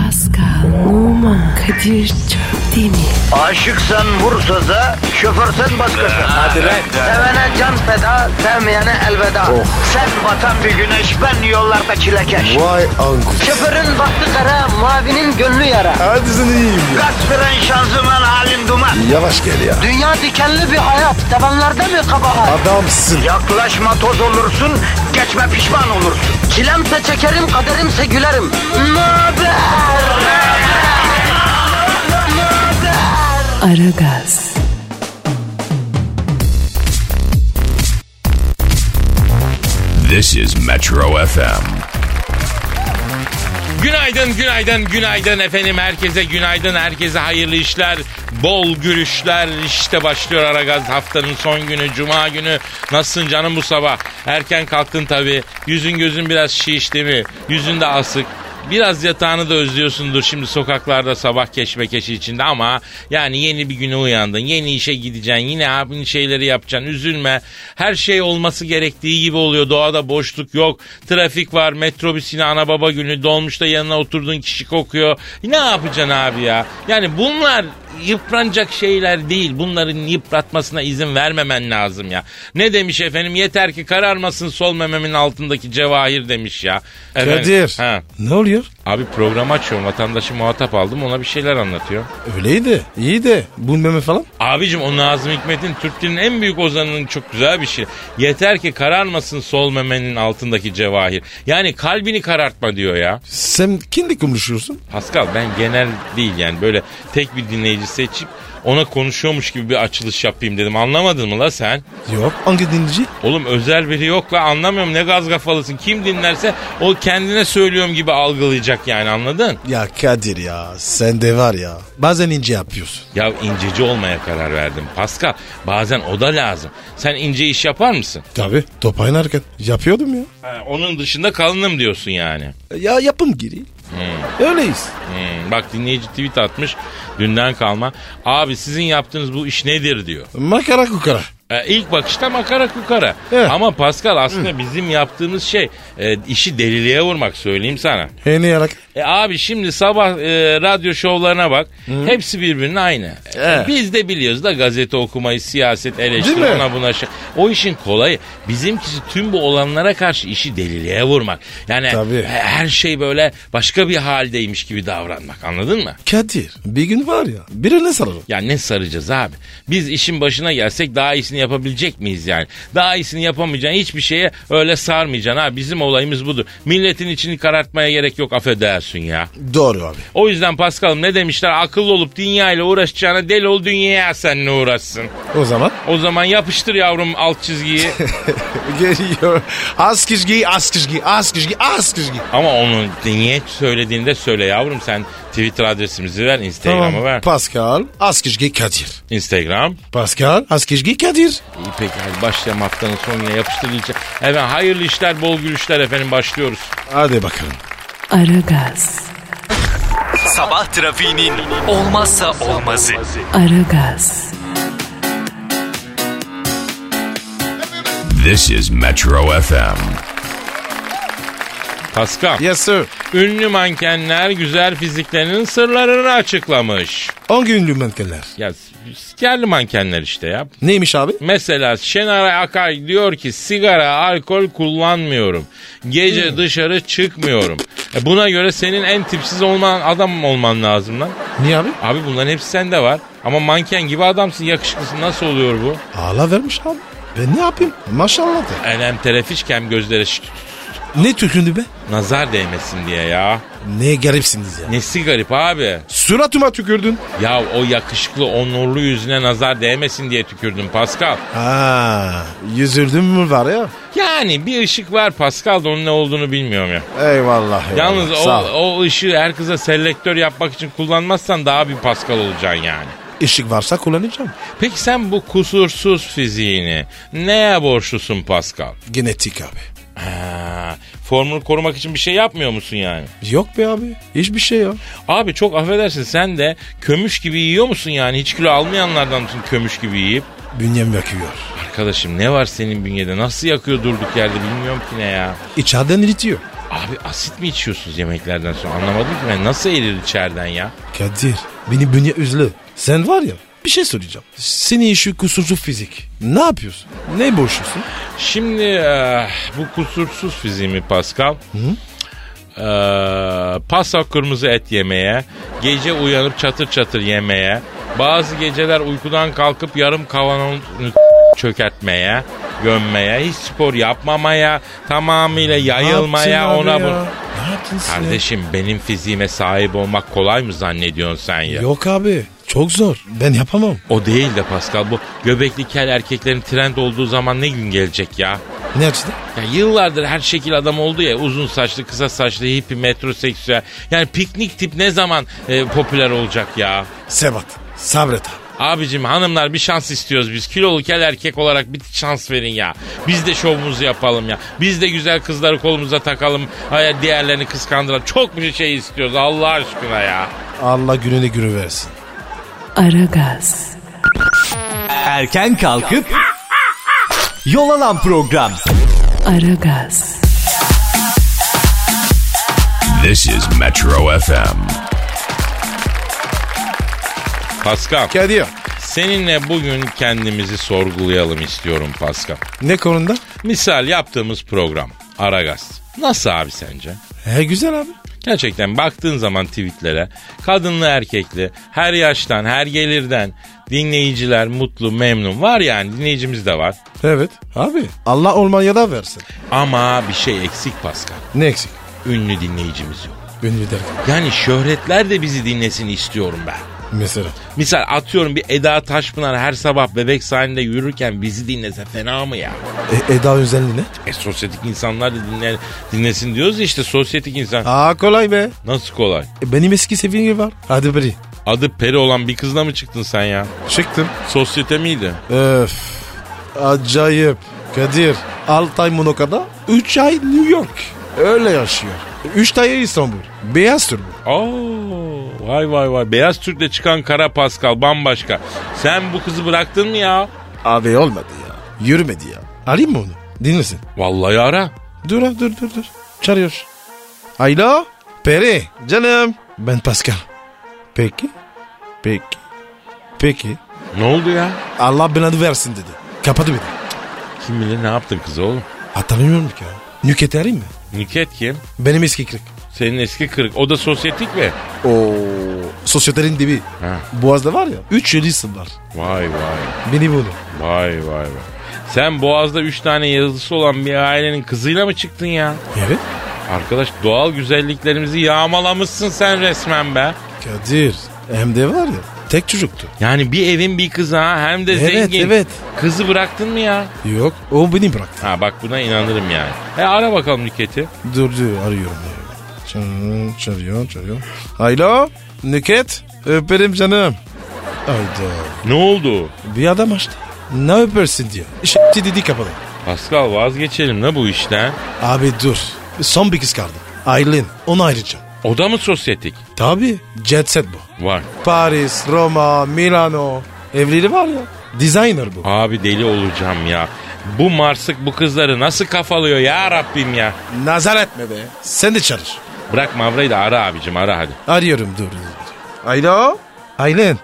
Pascal, Oman, Kadir çok değil mi? Aşıksan vursa da şoförsen başkasın. Hadi lan. Sevene can feda, sevmeyene elveda. Sen batan bir güneş, ben yollarda çilekeş. Vay anku. Şoförün baktı kara, mavinin gönlü yara. Hadi sen iyiyim ya. Kasperen şanzıman halin duman. Yavaş gel ya. Dünya dikenli bir hayat, sevenlerde mi kabahar? Adamsın. Yaklaşma toz olursun, geçme pişman olursun. Çilemse çekerim, kaderimse gülerim. Möber! Aragaz, This is Metro FM. Günaydın, günaydın, günaydın efendim. Herkese günaydın, herkese hayırlı işler, bol gülüşler. İşte başlıyor Aragaz haftanın son günü, cuma günü. Nasılsın canım bu sabah? Erken kalktın tabii. Yüzün gözün biraz şiş değil mi? Yüzün de asık. Biraz yatağını da özlüyorsundur şimdi sokaklarda sabah keşmekeşi içinde ama yani yeni bir güne uyandın. Yeni işe gideceksin. Yine abin şeyleri yapacaksın. Üzülme. Her şey olması gerektiği gibi oluyor. Doğada boşluk yok. Trafik var. Metrobüs yine ana baba günü. Dolmuşta yanına oturduğun kişi kokuyor. Ne yapacaksın abi ya? Yani bunlar yıpranacak şeyler değil. Bunların yıpratmasına izin vermemen lazım ya. Ne demiş efendim? Yeter ki kararmasın sol mememin altındaki cevahir demiş ya. Efendim, Kadir. Ha. Ne oluyor? Abi program açıyorum. Vatandaşı muhatap aldım. Ona bir şeyler anlatıyor. Öyleydi. İyi de. Bu meme falan. Abicim o Nazım Hikmet'in Türk dilinin en büyük ozanının çok güzel bir şey. Yeter ki kararmasın sol memenin altındaki cevahir. Yani kalbini karartma diyor ya. Sen kimle konuşuyorsun? Pascal ben genel değil yani böyle tek bir dinleyici seçip ona konuşuyormuş gibi bir açılış yapayım dedim. Anlamadın mı la sen? Yok. Hangi dinleyici? Oğlum özel biri yok la anlamıyorum ne gaz kafalısın. Kim dinlerse o kendine söylüyorum gibi algılayacak yani anladın? Ya Kadir ya. Sen de var ya. Bazen ince yapıyorsun. Ya inceci olmaya karar verdim. Pascal bazen o da lazım. Sen ince iş yapar mısın? Tabi. Top oynarken. Yapıyordum ya. Ha, onun dışında kalınım diyorsun yani. Ya yapım giri. Öyleyiz. Hmm, bak dinleyici tweet atmış dünden kalma. Abi sizin yaptığınız bu iş nedir diyor. Makara kukara. E, ilk bakışta makara kukara. Evet. Ama Pascal aslında bizim yaptığımız şey e, işi deliliğe vurmak söyleyeyim sana. He ne yarak? E abi şimdi sabah e, radyo şovlarına bak. Hepsi birbirine aynı. Evet. E, biz de biliyoruz da gazete okumayı, siyaset, eleştiri Değil mi? ona buna şey. O işin kolayı. Bizimkisi tüm bu olanlara karşı işi deliliğe vurmak. Yani Tabii. e, her şey böyle başka bir haldeymiş gibi davranmak anladın mı? Kadir. Bir gün var ya. Birine sarılır. Ya ne saracağız abi? Biz işin başına gelsek daha iyisini yapabilecek miyiz yani? Daha iyisini yapamayacaksın hiçbir şeye öyle sarmayacaksın ha. Bizim olayımız budur. Milletin içini karartmaya gerek yok affedersin ya. Doğru abi. O yüzden Paskal'ım ne demişler? Akıllı olup dünyayla uğraşacağına deli ol dünyaya seninle uğraşsın. O zaman. O zaman yapıştır yavrum alt çizgiyi. Geliyor. Az kışgı, az kışgı, az kışgı, az kışgı. Ama onu niye söylediğinde söyle yavrum. Sen Twitter adresimizi ver, Instagram'ı ver. Pascal Askizgi Kadir. Instagram. Pascal Askizgi Kadir. İyi peki hadi başlayalım haftanın sonuna yapıştır ilçe. Efendim hayırlı işler, bol gülüşler efendim başlıyoruz. Hadi bakalım. Aragaz, Sabah trafiğinin olmazsa olmazı. Aragaz, This is Metro FM. Pascal, Yes sir. ünlü mankenler güzel fiziklerinin sırlarını açıklamış. 10 günlük mankenler. Ya sikerli mankenler işte ya. Neymiş abi? Mesela Şenaray Akay diyor ki sigara, alkol kullanmıyorum. Gece dışarı çıkmıyorum. E buna göre senin en tipsiz olman adam olman lazım lan. Niye abi? Abi bunların hepsi sende var. Ama manken gibi adamsın, yakışıklısın. Nasıl oluyor bu? Ağla vermiş abi. Ben ne yapayım? Maşallah de. Elem terefişkem gözlere şşt, Ne tükündü be? nazar değmesin diye ya. Ne garipsiniz ya. Nesi garip abi. Suratıma tükürdün. Ya o yakışıklı, onurlu yüzüne nazar değmesin diye tükürdüm Pascal. Ha, yüzüldüm mü var ya? Yani bir ışık var Pascal da onun ne olduğunu bilmiyorum ya. Eyvallah. eyvallah. Yalnız o, Sağ ol. o ışığı her kıza selektör yapmak için kullanmazsan daha bir Pascal olacaksın yani. Işık varsa kullanacağım. Peki sen bu kusursuz fiziğini neye borçlusun Pascal? Genetik abi. Ha, formunu korumak için bir şey yapmıyor musun yani? Yok be abi. Hiçbir şey yok. Abi çok affedersin sen de kömüş gibi yiyor musun yani? Hiç kilo almayanlardan mısın kömüş gibi yiyip? Bünyem yakıyor. Arkadaşım ne var senin bünyede? Nasıl yakıyor durduk yerde bilmiyorum ki ne ya. İçeriden eritiyor. Abi asit mi içiyorsunuz yemeklerden sonra anlamadım ki ben nasıl erir içeriden ya? Kadir beni bünye üzlü. Sen var ya bir şey söyleyeceğim. Senin şu kusursuz fizik. Ne yapıyorsun? Ne boşuyorsun? Şimdi eh, bu kusursuz fiziğimi Pascal. Eh, pasta kırmızı et yemeye, gece uyanıp çatır çatır yemeye, bazı geceler uykudan kalkıp yarım kavanoz çökertmeye, gömmeye, hiç spor yapmamaya, tamamıyla yayılmaya, Ne yaptın ona abi bu. ya? Ne yaptın sen? Kardeşim benim fiziğime sahip olmak kolay mı zannediyorsun sen ya? Yok abi çok zor. Ben yapamam. O değil de Pascal bu göbekli kel erkeklerin trend olduğu zaman ne gün gelecek ya? Ne açtın? Ya yıllardır her şekil adam oldu ya uzun saçlı kısa saçlı hippi metroseksüel yani piknik tip ne zaman e, popüler olacak ya? Sebat. Sabret abi. Abicim hanımlar bir şans istiyoruz biz kilolu kel erkek olarak bir şans verin ya biz de şovumuzu yapalım ya biz de güzel kızları kolumuza takalım Hayır, diğerlerini kıskandıralım çok bir şey istiyoruz Allah aşkına ya. Allah gününe günü versin. Aragaz, Erken kalkıp yol alan program. Aragaz, This is Metro FM. Pascal Kadir seninle bugün kendimizi sorgulayalım istiyorum Pascal. ne konuda? Misal yaptığımız program Aragaz. Nasıl abi sence? He güzel abi. Gerçekten baktığın zaman tweetlere kadınlı erkekli her yaştan her gelirden dinleyiciler mutlu memnun var yani dinleyicimiz de var. Evet abi. Allah Almanya'da versin. Ama bir şey eksik Pascal. Ne eksik? Ünlü dinleyicimiz yok. Ünlü derken. Yani şöhretler de bizi dinlesin istiyorum ben. Mesela. Misal atıyorum bir Eda Taşpınar her sabah bebek sahninde yürürken bizi dinlese fena mı ya? E, Eda özelliği ne? E sosyetik insanlar da dinle- dinlesin diyoruz ya işte sosyetik insan. Aa kolay be. Nasıl kolay? E, benim eski sevgilim var. Hadi bari. Adı Peri olan bir kızla mı çıktın sen ya? Çıktım. Sosyete miydi? Öf. Acayip. Kadir. 6 ay Monaco'da 3 ay New York. Öyle yaşıyor. 3 ay İstanbul. Beyaz tur bu. Oo, vay vay vay. Beyaz Türk'le çıkan Kara Pascal bambaşka. Sen bu kızı bıraktın mı ya? Abi olmadı ya. Yürümedi ya. Arayayım mı onu? Dinlesin. Vallahi ara. Dur abi, dur dur dur. Çağırıyor. Alo. Peri. Canım. Ben Pascal. Peki. Peki. Peki. Ne oldu ya? Allah belanı versin dedi. Kapadı beni. Kim bilir ne yaptın kız oğlum? Hatırlamıyorum ki ya. Nüket arayayım mı? Niket kim? Benim eski kırık. Senin eski kırık. O da sosyetik mi? Oo. Sosyetelerin dibi. Ha. Boğaz'da var ya. 3 yıl isim var. Vay vay. Beni bunu. Vay vay vay. Sen Boğaz'da 3 tane yazısı olan bir ailenin kızıyla mı çıktın ya? Evet. Arkadaş doğal güzelliklerimizi yağmalamışsın sen resmen be. Kadir. Hem de var ya. Tek çocuktu. Yani bir evin bir kızı ha hem de Evet, zengin. evet. Kızı bıraktın mı ya? Yok. O beni bıraktı. Ha bak buna inanırım yani. E ara bakalım Nüket'i. Dur dur arıyorum. Çağırıyor, çağırıyor, çağırıyor. Alo. Nüket. Öperim canım. Hayda. Ne oldu? Bir adam açtı. Ne öpersin diyor. Şimdi dedi kapalı. Pascal vazgeçelim ne bu işten? Abi dur. Son bir kız kaldı. Aylin. Onu ayrıca. O da mı sosyetik? Tabii. Jet set bu. Var. Paris, Roma, Milano. Evleri var ya. Designer bu. Abi deli olacağım ya. Bu Marsık bu kızları nasıl kafalıyor ya Rabbim ya. Nazar etme be. Sen de çalış. Bırak Mavra'yı da ara abicim ara hadi. Arıyorum dur. dur. Alo. Aylin.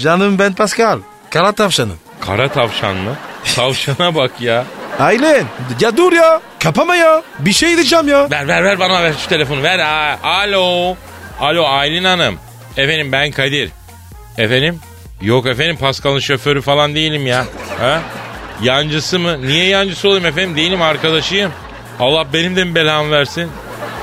Canım ben Pascal. Kara tavşanım. Kara tavşan mı? Tavşana bak ya. Aylin. Ya dur ya. Kapama ya. Bir şey diyeceğim ya. Ver ver ver bana ver şu telefonu ver. ha. Alo. Alo Aylin Hanım. Efendim ben Kadir. Efendim? Yok efendim Pascal'ın şoförü falan değilim ya. Ha? Yancısı mı? Niye yancısı olayım efendim? Değilim arkadaşıyım. Allah benim de mi belamı versin?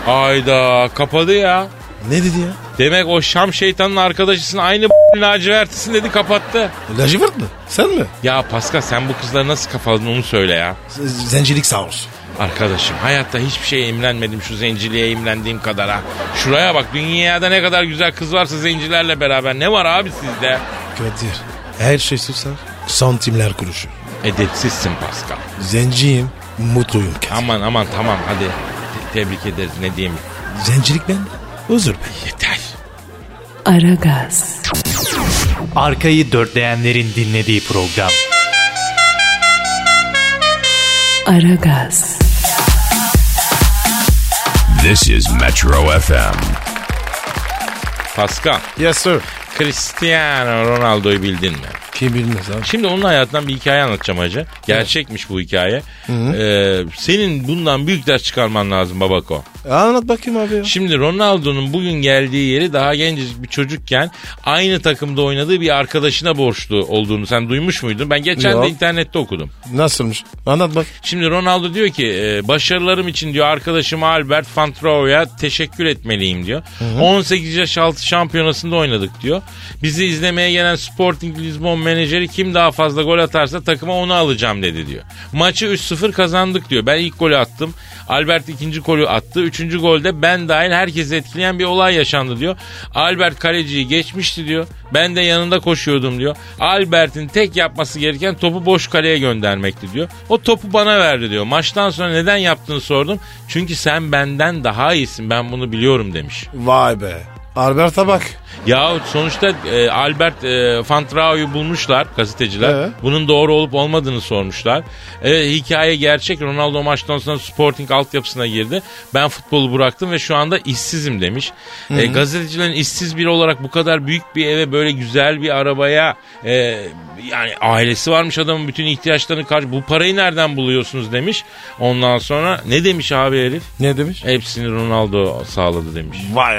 Ayda kapadı ya. Ne dedi ya? Demek o Şam şeytanın arkadaşısın aynı lacivertisin dedi kapattı. Lacivert mı? Sen mi? Ya Pascal sen bu kızları nasıl kafaladın onu söyle ya. Z- Zencilik sağ olsun. Arkadaşım hayatta hiçbir şeye imrenmedim şu zenciliğe imrendiğim kadar ha. Şuraya bak dünyada ne kadar güzel kız varsa zencilerle beraber ne var abi sizde? Kadir. Her şey susar. Santimler kuruşu. Edepsizsin Pascal. Zenciyim. Mutluyum. Kadir. Aman aman tamam hadi Te- tebrik ederiz ne diyeyim. Zencilik ben. Huzur ben. Yeter. Aragaz, Arkayı dörtleyenlerin dinlediği program. Aragaz, This is Metro FM. Pascal, Yes sir. Cristiano Ronaldo'yu bildin mi? Kim bilmez abi. Şimdi onun hayatından bir hikaye anlatacağım hacı. Gerçekmiş bu hikaye. Ee, senin bundan büyük ders çıkarman lazım babako. Anlat bakayım abi ya. Şimdi Ronaldo'nun bugün geldiği yeri daha gencecik bir çocukken aynı takımda oynadığı bir arkadaşına borçlu olduğunu sen duymuş muydun? Ben geçen Yok. de internette okudum. Nasılmış? Anlat bak. Şimdi Ronaldo diyor ki e, başarılarım için diyor arkadaşım Albert Van Trouw'a teşekkür etmeliyim diyor. 18 yaş altı şampiyonasında oynadık diyor. Bizi izlemeye gelen Sporting Lisbon menajeri kim daha fazla gol atarsa takıma onu alacağım dedi diyor. Maçı 3-0 kazandık diyor. Ben ilk golü attım. Albert ikinci golü attı. Üçüncü golde ben dahil herkesi etkileyen bir olay yaşandı diyor. Albert kaleciyi geçmişti diyor. Ben de yanında koşuyordum diyor. Albert'in tek yapması gereken topu boş kaleye göndermekti diyor. O topu bana verdi diyor. Maçtan sonra neden yaptığını sordum. Çünkü sen benden daha iyisin ben bunu biliyorum demiş. Vay be. Albert'a bak. Ya sonuçta e, Albert e, Fantrao'yu bulmuşlar gazeteciler. Evet. Bunun doğru olup olmadığını sormuşlar. E, hikaye gerçek. Ronaldo maçtan sonra Sporting altyapısına girdi. Ben futbolu bıraktım ve şu anda işsizim demiş. E, gazetecilerin işsiz biri olarak bu kadar büyük bir eve böyle güzel bir arabaya e, yani ailesi varmış adamın bütün ihtiyaçlarını karşı bu parayı nereden buluyorsunuz demiş. Ondan sonra ne demiş abi herif? Ne demiş? Hepsini Ronaldo sağladı demiş. Vay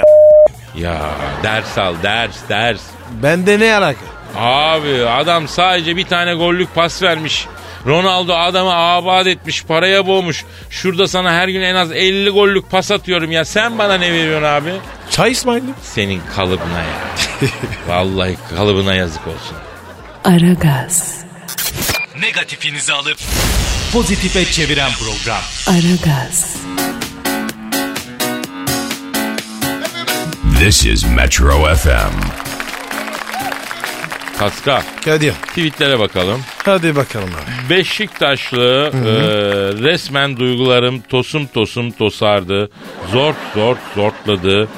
Ya ders al ders ders. Bende ne alaka? Abi adam sadece bir tane gollük pas vermiş. Ronaldo adamı abat etmiş, paraya boğmuş. Şurada sana her gün en az 50 gollük pas atıyorum ya. Sen bana ne veriyorsun abi? Çay İsmail'im. Senin kalıbına ya. Vallahi kalıbına yazık olsun. Aragaz, Negatifinizi alıp pozitife çeviren program. Aragaz, This is Metro FM. Kaska Kadir. tweetlere bakalım. Hadi bakalım abi. Beşiktaşlı e, resmen duygularım tosum tosum tosardı. Zort zort zortladı.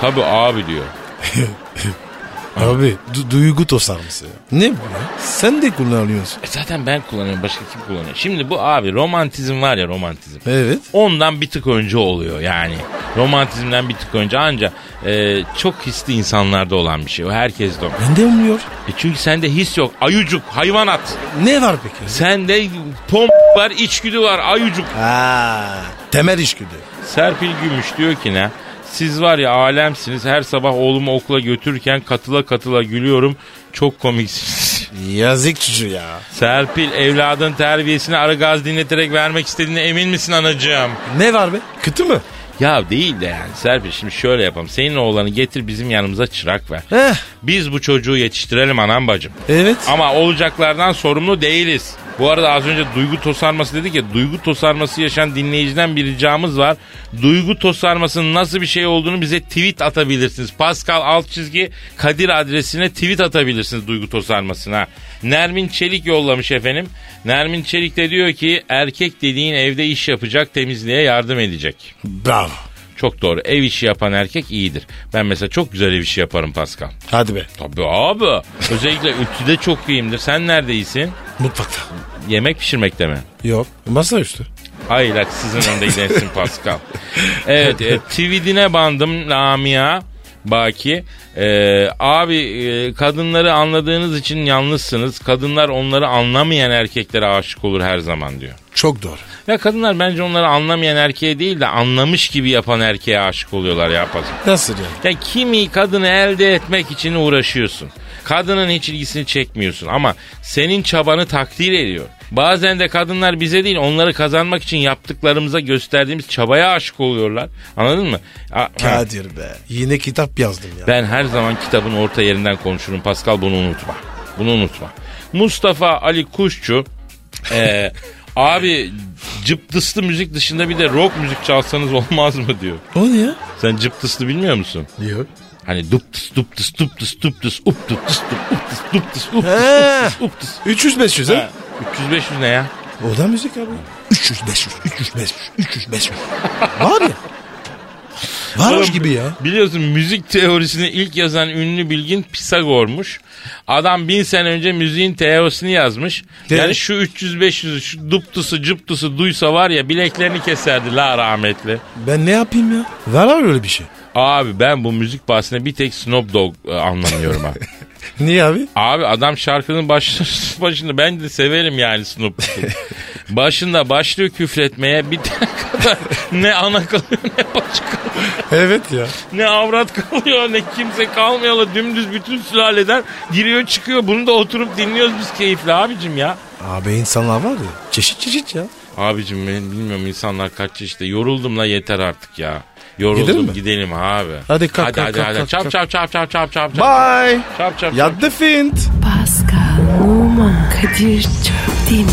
Tabi abi diyor. Abi du- duygu tosarması. Ne bu ya? Sen de kullanıyorsun. E zaten ben kullanıyorum başka kim kullanıyor? Şimdi bu abi romantizm var ya romantizm. Evet. Ondan bir tık önce oluyor yani. Romantizmden bir tık önce ancak e, çok hisli insanlarda olan bir şey. O herkes de o. Bende olmuyor. E çünkü sende his yok. Ayucuk, hayvanat. Ne var peki? Sende pomp var, içgüdü var, ayucuk. Aa, temel işgüdü. Serpil Gümüş diyor ki ne? Siz var ya alemsiniz. Her sabah oğlumu okula götürürken katıla katıla gülüyorum. Çok komiksiniz. Yazık çocuğu ya. Serpil evladın terbiyesini arı gaz dinleterek vermek istediğine emin misin anacığım? Ne var be? Kötü mü? Ya değil de yani Serpil şimdi şöyle yapalım. Senin oğlanı getir bizim yanımıza çırak ver. Heh. Biz bu çocuğu yetiştirelim anam bacım. Eh, Evet. Ama olacaklardan sorumlu değiliz. Bu arada az önce duygu tosarması dedik ya. Duygu tosarması yaşayan dinleyiciden bir ricamız var. Duygu tosarmasının nasıl bir şey olduğunu bize tweet atabilirsiniz. Pascal alt çizgi Kadir adresine tweet atabilirsiniz duygu tosarmasına. Nermin Çelik yollamış efendim. Nermin Çelik de diyor ki erkek dediğin evde iş yapacak temizliğe yardım edecek. Bravo. Çok doğru. Ev işi yapan erkek iyidir. Ben mesela çok güzel ev işi yaparım Pascal. Hadi be. Tabii abi. Özellikle ütüde çok iyiyimdir. Sen neredeysin? Mutfakta. Yemek pişirmekte mi? Yok. Masa üstü. Aylak sizin önde gidersin Pascal. Evet e, tweetine bandım Lamia Baki. E, abi e, kadınları anladığınız için yalnızsınız. Kadınlar onları anlamayan erkeklere aşık olur her zaman diyor. Çok doğru. Ya kadınlar bence onları anlamayan erkeğe değil de anlamış gibi yapan erkeğe aşık oluyorlar ya Pascal. Nasıl yani? Ya kimi kadını elde etmek için uğraşıyorsun. Kadının hiç ilgisini çekmiyorsun ama senin çabanı takdir ediyor. Bazen de kadınlar bize değil onları kazanmak için yaptıklarımıza gösterdiğimiz çabaya aşık oluyorlar. Anladın mı? A- ha. Kadir be. Yine kitap yazdım ya. Ben her zaman kitabın orta yerinden konuşurum Pascal bunu unutma. Bunu unutma. Mustafa Ali Kuşçu eee, abi cıptıslı müzik dışında bir de rock müzik çalsanız olmaz mı diyor. O ne ya? Sen cıptıslı bilmiyor musun? Yok. Hani duptus duptus duptus duptus up duptus dup- uptus duptus He. uptus uptus uptus. 300 500 ha? 300 500 ne ya? O da müzik abi. 300 500 300 500 300 500. Var ya. Varmış Oğlum, gibi ya. Biliyorsun müzik teorisini ilk yazan ünlü bilgin Pisagor'muş. Adam bin sene önce müziğin teorisini yazmış. Evet. Yani şu 300-500'ü şu duptusu cıptusu duysa var ya bileklerini keserdi la rahmetli. Ben ne yapayım ya? Var abi öyle bir şey. Abi ben bu müzik bahsine bir tek Snoop Dogg e, anlamıyorum ha. Niye abi? Abi adam şarkının baş, başında ben de severim yani Snoop Dogg'u. başında başlıyor küfretmeye bir kadar ne ana kalıyor ne baş kalıyor. Evet ya. Ne avrat kalıyor ne kimse kalmıyor. la Dümdüz bütün sülaleden giriyor çıkıyor. Bunu da oturup dinliyoruz biz keyifle abicim ya. Abi insanlar var ya. Çeşit çeşit ya. Abicim ben bilmiyorum insanlar kaç işte yoruldum la yeter artık ya. Yoruldum Gidelim gidelim, mi? abi. Hadi kalk, hadi, kalk, hadi, kalk, hadi. kalk, Çap kalk. çap çap çap çap çap. çap. Bye. Çap çap. Yat the fint. Pascal, Oman, Kadir çok değil mi?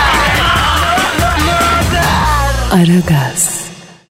Aragaz.